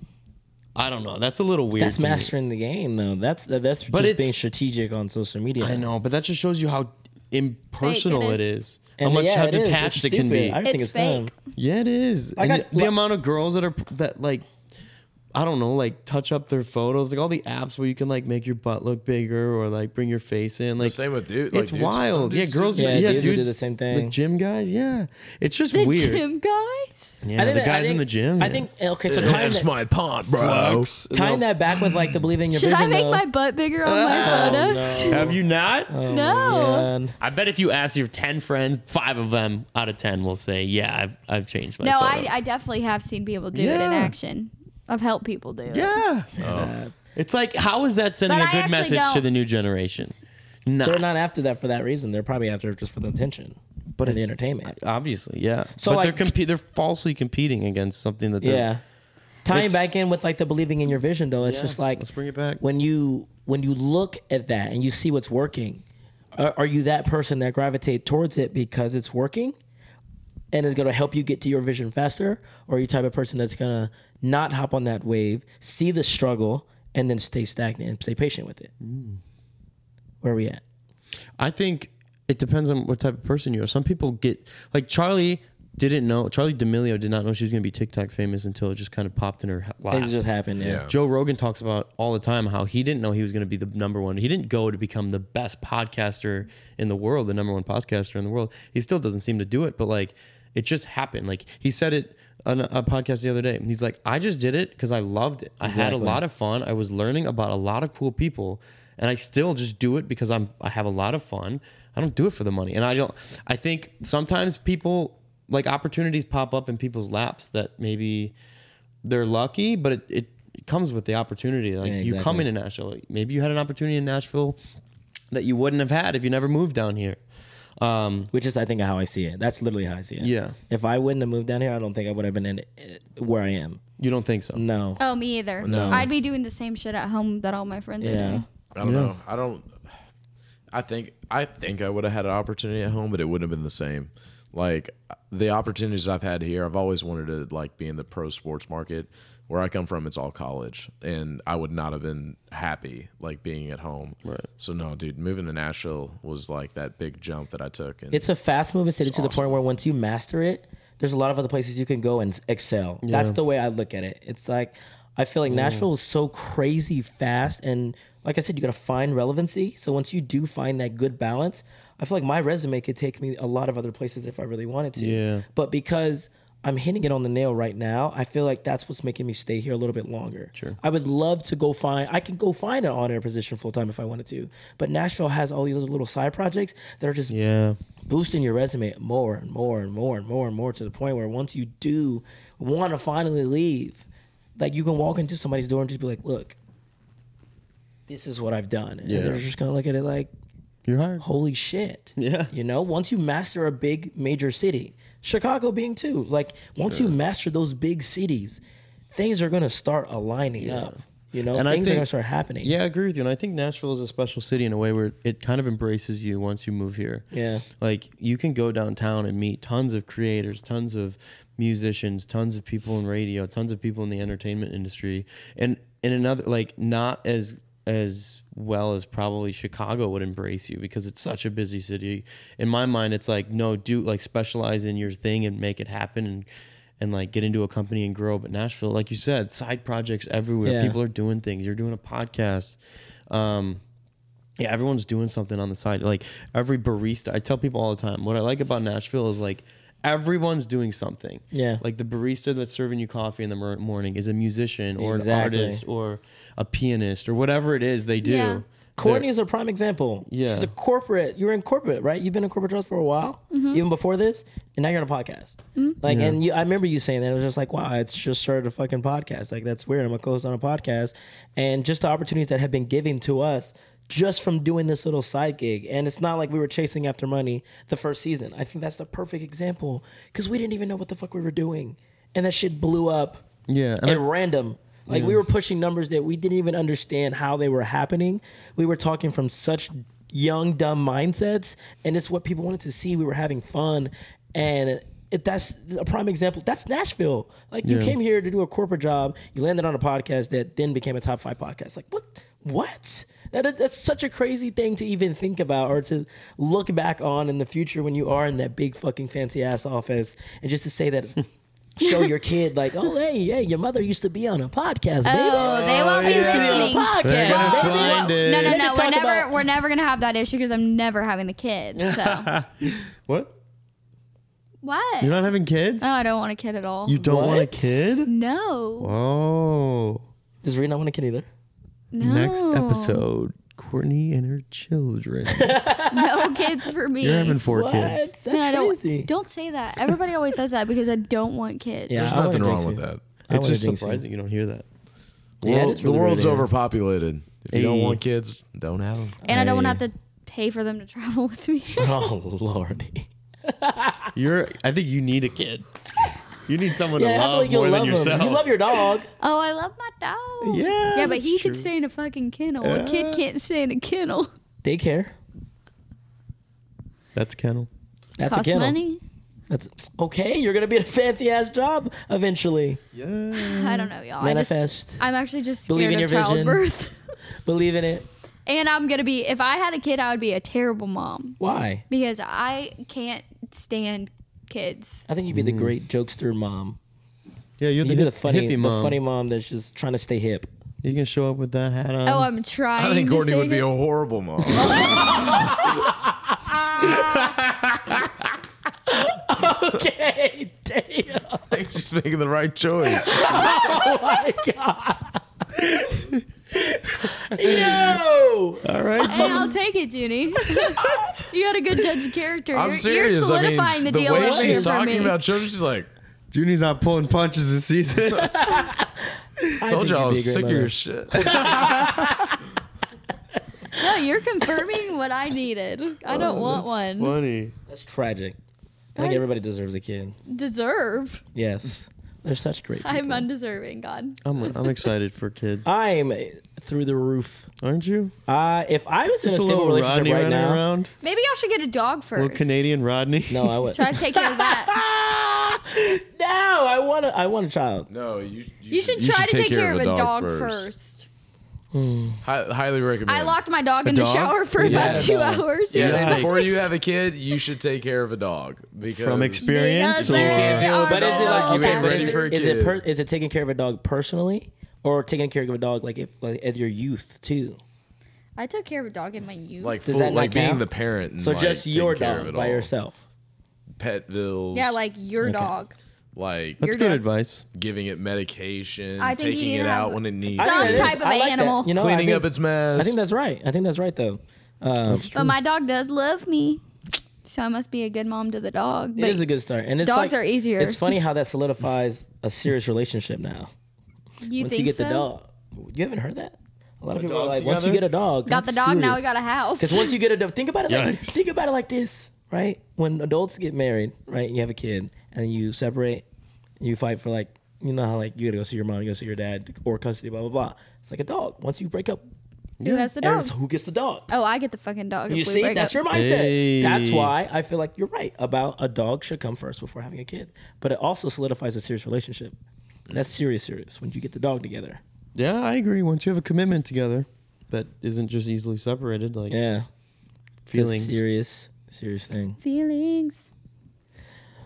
i don't know that's a little weird
That's
to me.
mastering the game, though. That's that's
But
just
it's-
being strategic on social media.
i know but that just shows you how impersonal
Fake it
it
is.
is how much
yeah,
how
it is. It's
detached it can
stupid.
be
I think
It's
it's dumb.
fake.
Yeah, it is.
I
And
got-
the
well-
amount of girls that are that like, I don't know, like touch up their photos, like all the apps where you can like make your butt look bigger or like bring your face in, like
same with dude- like
It's
dudes- some
wild. Yeah,
dudes do
girls.
that.
Yeah,
Yeah,
dudes,
dudes will do the same
The
thing.
gym guys. Yeah,
<laughs>
it's just
the
weird.
gym guys.
Yeah, the
think-
guys in
think-
the gym.
I
yeah.
think okay. So tying, that,
my pond, bro.
tying that back with like the believing your
Should
vision.
I make
though,
my butt bigger on my photos?
Oh, Have you not?
Oh,
<laughs> No.
man.
I bet if you ask your ten friends, five of them out of ten will say, "Yeah, I've I've changed my."
No, I,
photos."
I definitely have seen people do it in
Yeah.
action. I've helped people do it.
Yeah,
Uh,
it's like how is that sending
But
a
I
good
actually
message to
don't-
the new generation?
they're not after that for that reason. They're probably after it just for the attention, but and the
it's-
entertainment.
Obviously, yeah.
So,
but
like-
they're compe- they're falsely competing against something that they're,
yeah. Tying
It's-
back in with like the believing in your vision, though, it's
Yeah,
just like
let's bring it back.
when you when you look at that and you see what's working. Are, are you that person that gravitate towards it because it's working, and it's going to help you get to your vision faster, or are you type of person that's going to not hop on that wave, see the struggle, and then stay stagnant and stay patient with it?
Mm.
Where are we at?
I think it depends on what type of person you are. Some people get like Charlie didn't know Charlie D'Amelio did not know she was going to be TikTok famous until it just kind of popped in her h- lap.
Things just happened. Yeah.
Yeah.
Joe Rogan talks about all the time how he didn't know he was going to be the number one. He didn't go to become the best podcaster in the world, the number one podcaster in the world. He still doesn't seem to do it, but like it just happened. Like he said it on a, a podcast the other day. He's like, I just did it because I loved it. I had a
Exactly.
lot of fun. I was learning about a lot of cool people, and I still just do it because I'm I have a lot of fun. I don't do it for the money, and I don't. I think sometimes people like opportunities pop up in people's laps that maybe they're lucky, but it, it, it comes with the opportunity. Like
Yeah,
you come
exactly.
into Nashville, like, maybe you had an opportunity in Nashville that you wouldn't have had if you never moved down here. Um,
Which is, I think, how I see it. That's literally how I see it.
Yeah.
If I wouldn't have moved down here, I don't think I would have been in uh, where I am.
you don't think so?
No.
Oh, me either.
No.
I'd be doing the same shit at home that all my friends are
Yeah.
doing.
I don't know. I don't. I think I think I would have had an opportunity at home, but it wouldn't have been the same. Like the opportunities I've had here, I've always wanted to like be in the pro sports market. Where I come from, it's all college, and I would not have been happy like being at home. Right. So no, dude, moving to Nashville was like that big jump that I took. And
it's a fast moving city to the point where once you master it, there's a lot of other places you can go and excel. That's the way I look at it. It's like I feel like Nashville is so crazy fast, and like I said, you got to find relevancy. So once you do find that good balance, I feel like my resume could take me a lot of other places if I really wanted to.
Yeah.
But because I'm hitting it on the nail right now, I feel like that's what's making me stay here a little bit longer. Sure. I would love to go find. I can go find an on-air position full time if I wanted to. But Nashville has all these other little side projects that are just
Yeah.
boosting your resume more and more and more and more and more to the point where once you do want to finally leave, like you can walk into somebody's door and just be like, look, this is what I've done. And
Yeah.
they're just gonna look at it like,
You're hired.
holy shit.
Yeah.
You know, once you master a big major city, Chicago being too, like once you master those big cities, things are gonna start aligning up. You know,
And I
things are
think-
gonna start happening.
Yeah, I agree with you. And I think Nashville is a special city in a way where it kind of embraces you once you move here.
Yeah.
Like you can go downtown and meet tons of creators, tons of musicians, tons of people in radio, tons of people in the entertainment industry. And in another like not as as well as probably Chicago would embrace you because it's such a busy city. In my mind it's like no, do like specialize in your thing and make it happen and and like get into a company and grow. But Nashville, like you said, side projects everywhere.
Yeah.
People are doing things. You're doing a podcast. Um, yeah, everyone's doing something on the side. Like every barista, I tell people all the time, what I like about Nashville is like everyone's doing something.
Yeah.
Like the barista that's serving you coffee in the mor- morning is a musician or
Exactly.
an artist or a pianist or whatever it is they do.
Yeah.
They're-
Courtney is a prime example.
Yeah.
She's a corporate. You were in corporate, right? You've been in corporate jobs for a while, even before this, and now you're on a podcast. Like, and you, I remember you saying that. It was just like, wow, it's just started a fucking podcast. Like, that's weird. I'm a co-host on a podcast, and just the opportunities that have been given to us just from doing this little side gig. And it's not like we were chasing after money the first season. I think that's the perfect example because we didn't even know what the fuck we were doing, and that shit blew up
Yeah, and
and,
I-
random. Like we were pushing numbers that we didn't even understand how they were happening. We were talking from such young, dumb mindsets, and it's what people wanted to see. We were having fun, and it, that's a prime example. That's Nashville. Like you
Yeah.
came here to do a corporate job, you landed on a podcast that then became a top five podcast. Like what? What? That, that- that's such a crazy thing to even think about or to look back on in the future when you are in that big fucking fancy ass office and just to say
<laughs>
that show your kid like, oh hey, hey, your mother used to be on a podcast, baby.
Oh, they won't be
used to be on a
listening.
podcast.
They're gonna
baby."
find
Well,
it.
They
no, no, no.
just
We're
talk
never,
about-
we're never gonna have that issue because I'm never having a kid.
<laughs>
So
What?
what?
You're not having kids?
no, I don't want a kid at all.
you don't want a
What?
kid?
no,
Oh.
Does Reed not want a kid either?
no.
Next episode, Courtney and her children.
no kids for me.
You're having
<laughs>
four
what?
kids.
That's
No, I don't,
crazy.
don't say that. Everybody always says that because I don't want kids.
Yeah.
There's
I wanna
nothing
drink
wrong with
soon.
that.
I
It's
wanna
just
drink soon.
surprising you don't hear that.
Yeah, it
World-
is
the
really
world's
weird.
overpopulated. If you don't
Hey.
want kids, don't have them.
And I don't want to have to pay for them to travel
<laughs>
with me.
<laughs> Oh
<laughs>
lordy.
You're. I think you need a kid. You need someone to
Yeah, I
love
like you
more
love
than
him.
yourself.
You love your dog.
oh, I love my dog.
<laughs> Yeah,
Yeah, but
that's
he
true.
could stay in a fucking kennel. A
Yeah.
kid can't stay in a kennel.
Daycare.
That's kennel.
That's
Costs
a kennel.
money.
That's okay. You're gonna be at a fancy ass job eventually.
Yeah.
I don't know, y'all. I
Manifest.
just, I'm actually just scared
Believe in
of
your vision. <laughs>
childbirth.
Believe in it.
and I'm gonna be. If I had a kid, I would be a terrible mom
Why?
because I can't stand kids.
I think you'd be the great jokester mom.
Yeah, you're
You'd
the,
be the
hip-
funny,
hippie
the
mom.
funny mom that's just trying to stay hip.
You can show up with that hat
Um,
on.
Oh, I'm trying.
I think
to
Courtney
say
would be
that.
a horrible mom. <laughs>
Okay, damn.
I think she's making the right choice.
my god. Yo!
All right.
Hey,
Um,
I'll take it,
<laughs>
Junie. you got a good judge of character.
I'm
you're,
serious.
you're solidifying
I mean,
the deal
way
over
she's
here for me.
talking about children, she's like,
Junie's not pulling punches this season.
I think
"Told you I
you'd be a
was
great
sick of
mother.
your shit."
no, you're confirming what I needed. I don't
Oh,
want one.
Funny.
That's tragic. I think
Right.
everybody deserves a kid.
Deserve.
Yes. They're such great people.
I'm undeserving, God.
I'm, I'm excited for kid.
I'm through the roof.
Aren't you?
Uh, if I was in a
Just a
stable
little
relationship
Rodney
right
running
now,
around.
Maybe y'all should get a dog first.
Little Canadian Rodney.
no, I would.
Try to take care
<laughs>
of that.
Ah! <laughs> no, I want a, I want a child.
No, you.
You should try to take, care, of a dog, first.
Hi- highly recommend.
I locked my dog
A
in the
dog?
shower for
Yes.
about two hours.
Yes,
Yeah.
before you have a kid, you should take care of a dog because
From experience.
They
or-
doesn't.
can't deal with
But is it
Oh,
like
you
okay,
ain't
but
ready
is it-
for a
Is it
kid.
per, is it taking care of a dog personally, or taking care of a dog like if like, at your youth too.
I took care of a dog in my youth.
Like
Does
full,
that not
like being
count?
the parent. And
So
like,
just your
taking care of
dog
it
by
all.
yourself.
Pet bills.
yeah, like your
Okay.
dog.
like
<laughs> That's
You're
good
done.
advice.
giving it medication,
I think you
taking
need
it
to have
out when it needs,
some
it,
Yeah,
type of
I like that.
animal.
You know,
cleaning
I think,
up its mess.
I think that's right. I think that's right though. Um,
But my dog does love me, so I must be a good mom to the dog.
it
But
is a good start, and it's
dogs
like-
are easier.
It's funny how that solidifies a serious relationship now.
you
once
think
you get
so?
the dog, you haven't heard that. A lot of people are
dog
like, once you get
together?
a dog,
Got the dog. Now we got a house.
Because once you get a dog, think about it. Like,
Yikes.
think about it like this, right? When adults get married, right, and you have a kid, and you separate, and you fight for like, you know how like you gotta go see your mom, you go see your dad, or custody, blah blah blah. It's like a dog. Once you break up,
Who has the
and
dog?
it's who gets the dog?
<laughs> Oh, I get the fucking dog.
You
if we
see,
break
that's
up.
your mindset.
Hey.
That's why I feel like you're right about a dog should come first before having a kid. But it also solidifies a serious relationship. And that's serious, serious when you get the dog together.
Yeah, I agree. Once you have a commitment together that isn't just easily separated, like
Yeah,
feelings.
It's a serious, serious thing.
feelings.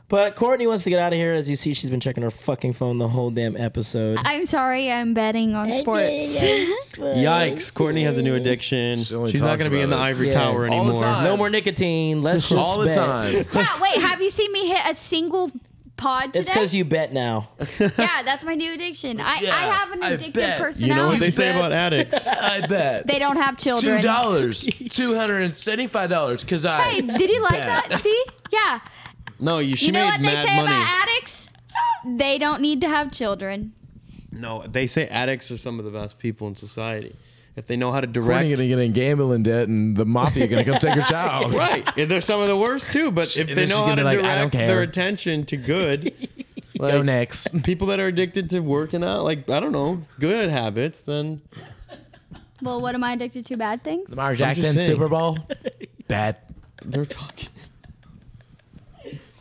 But Courtney wants to get out of here. As you see, she's been checking her fucking phone the whole damn episode.
I'm sorry. I'm betting on sports. <laughs>
Yikes! Courtney has a new addiction.
She only
She's not
talks
going to be
about
in the
it.
ivory
Yeah.
tower
All the
anymore.
time.
no more nicotine.
<laughs>
Let's just
all the
bet.
time.
Ha, wait, have you seen me hit a single pod
It's
today?
because you bet now.
yeah, that's my new addiction. I, I
Yeah,
have an
I
addictive
bet.
personality.
You know what they say
bet.
about
<laughs>
addicts?
I bet
They don't have
two
children.
dollars, two hundred and seventy-five dollars, because I.
Hey, did you like
bet.
that? See? Yeah.
No, you she
you know
made
what they
mad
say
money.
about addicts? They don't need to have children.
no, they say addicts are some of the best people in society if they know how to direct. <laughs>
Courtney gonna get in gambling debt, and the mafia gonna come take her child.
Right, And they're some of the worst too. But if
And
they
then she's
know how
gonna
to
be like, "I
direct
don't care."
their attention to good, like
Go next.
people that are addicted to working out, like I don't know, good habits, then
Well, what am I addicted to? Bad things?
Lamar
just saying.
<laughs> Bowl, bad. <laughs>
they're talking.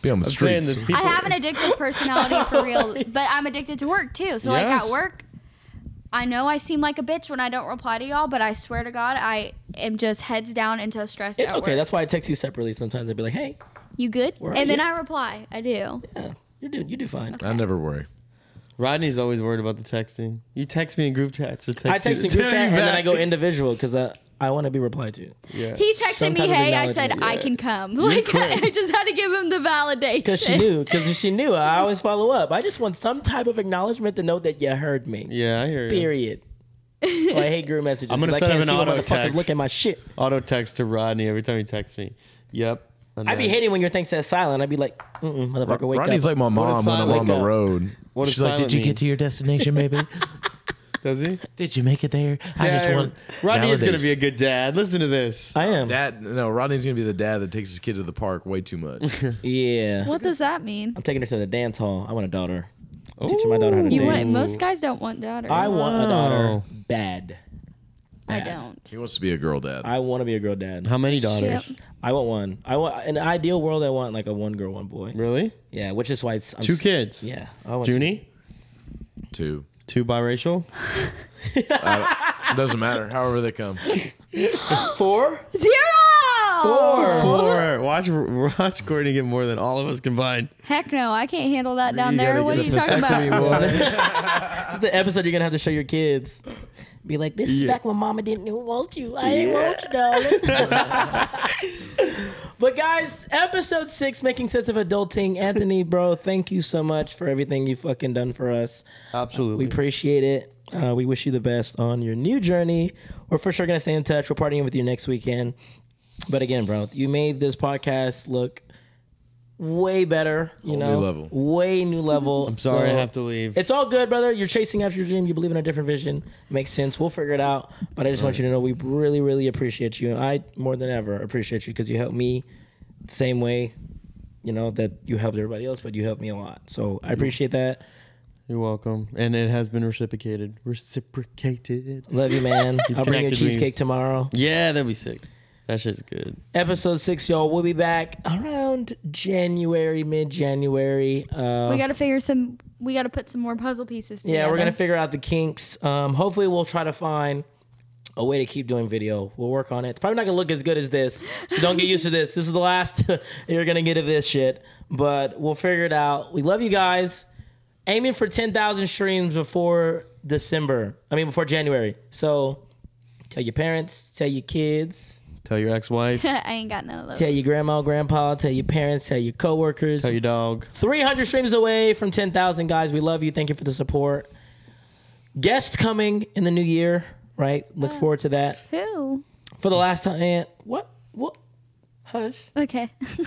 Be on the
I'm saying
streets.
that people,
I
<laughs>
have an addictive personality for real, but I'm addicted to work too. So like
Yes.
at work, I know I seem like a bitch when I don't reply to y'all, but I swear to God, I am just heads down into stress.
It's
at
okay.
work.
That's why I text you separately sometimes. I'd be like, hey,
you good?
We're
and then
alright.
I reply. I do.
yeah, you do, you do fine.
I never worry.
Rodney's always worried about the texting. You text me in group chats. Or text
I text
you,
you group
tell
chat
you
and then
back.
I go individual because I, I want to be replied
<laughs>
to.
Yeah.
He texted
Sometimes
me, "Hey," I
acknowledge
said,
me,
"I
yeah.
can come." <laughs> Like I,
could.
just had to give him the validation.
Because she knew, because if she knew, I always follow up. I just want some type of acknowledgement to know that you heard me.
yeah, I hear you.
Period. So I hate group messages.
I'm gonna
'cause
send
I
him
can't
an
see what
auto
motherfuckers
text.
Look at my shit.
Auto text to Rodney every time he texts me. Yep. And
I'd be
then-
hating when your thing says silent. I'd be like, mm motherfucker, wake
Rodney's
up.
like my mom when I'm
silent-
on the
Wake up.
road.
What does
She's like,
silent
"Did you
mean?"
get to your destination, baby?
Does he?
Did you make it there? I just
Yeah,
want."
Rodney is gonna
validation."
be a good dad. Listen to this.
I am.
Dad, no, Rodney's gonna be the dad that takes his kid to the park way too much.
Yeah.
<laughs> What does that mean?
I'm taking her to the dance hall. I want a daughter. I'm teaching my daughter how to
You
dance.
want most guys don't want daughters.
Mm. I want a daughter
Wow.
bad.
I
bad.
don't.
he wants to be a girl dad.
I want to be a girl dad.
How many daughters?
Yep.
I want one. I want in an ideal world. I want like a one girl, one boy.
Really?
Yeah, which is why it's I'm
Two
s-
kids.
Yeah, I want
Junie?
Two
Two biracial?
doesn't matter. However they come.
two. four.
Zero.
Four. Watch watch Courtney get more than all of us combined.
Heck no, I can't handle that down
You gotta
there. What are
get
you
a
talking about?
<laughs>
vasectomy, boy. <laughs>
This is the episode you're gonna have to show your kids. Be like, this is
Yeah.
back when Mama didn't know who wants you. I ain't want you, darling. <laughs> but guys, episode six, making sense of adulting. Anthony, bro, thank you so much for everything you fucking done for us. We
Absolutely.
appreciate it. Uh, we wish you the best on your new journey. We're for sure gonna stay in touch. We're partying with you next weekend. But again, bro, you made this podcast look way better. You
Whole new
know,
level.
way new level. I'm
Sorry, I have to leave.
It's all good, brother. You're chasing after your dream. You believe in a different vision. Makes sense. We'll figure it out. But I just want you to know we really, really appreciate you. And I, more than ever, appreciate you because you helped me the same way, you know, that you helped everybody else, but you helped me a lot. So I appreciate that.
You're welcome. And it has been reciprocated. Reciprocated.
Love you, man. I'll bring you a
connected me.
cheesecake tomorrow.
Yeah, that'd be sick. That shit's good.
Episode six, y'all. We'll be back around January, mid January. Uh,
We got to figure some. We got to put some more puzzle pieces together.
yeah, we're gonna figure out the kinks. Um, hopefully, we'll try to find a way to keep doing video. We'll work on it. It's probably not gonna look as good as this, so don't get used to this. This is the last <laughs> you're gonna get of this shit, but we'll figure it out. We love you guys. Aiming for ten thousand streams before December. I mean, before January. So tell your parents, tell your kids,
Tell your <laughs>
<laughs>
ex-wife.
I ain't got none of
tell
those.
your grandma, grandpa, tell your parents, tell your coworkers.
tell your dog.
300 streams away from 10,000, guys. We love you. Thank you for the support. Guest coming in the new year, right? Look forward to that.
Who?
For the last time, Aunt, what? What? Hush.
Okay. <laughs>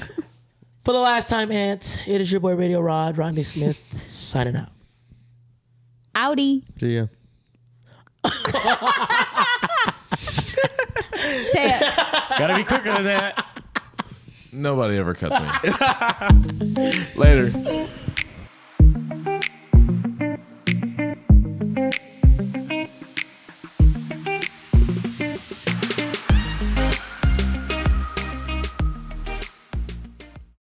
For the last time, Aunt, it is your boy Radio Rod, Rodney Smith, <laughs> signing out.
Audi.
See ya.
Say
<laughs>
it.
Gotta be quicker than that.
Nobody ever cuts me.
Later.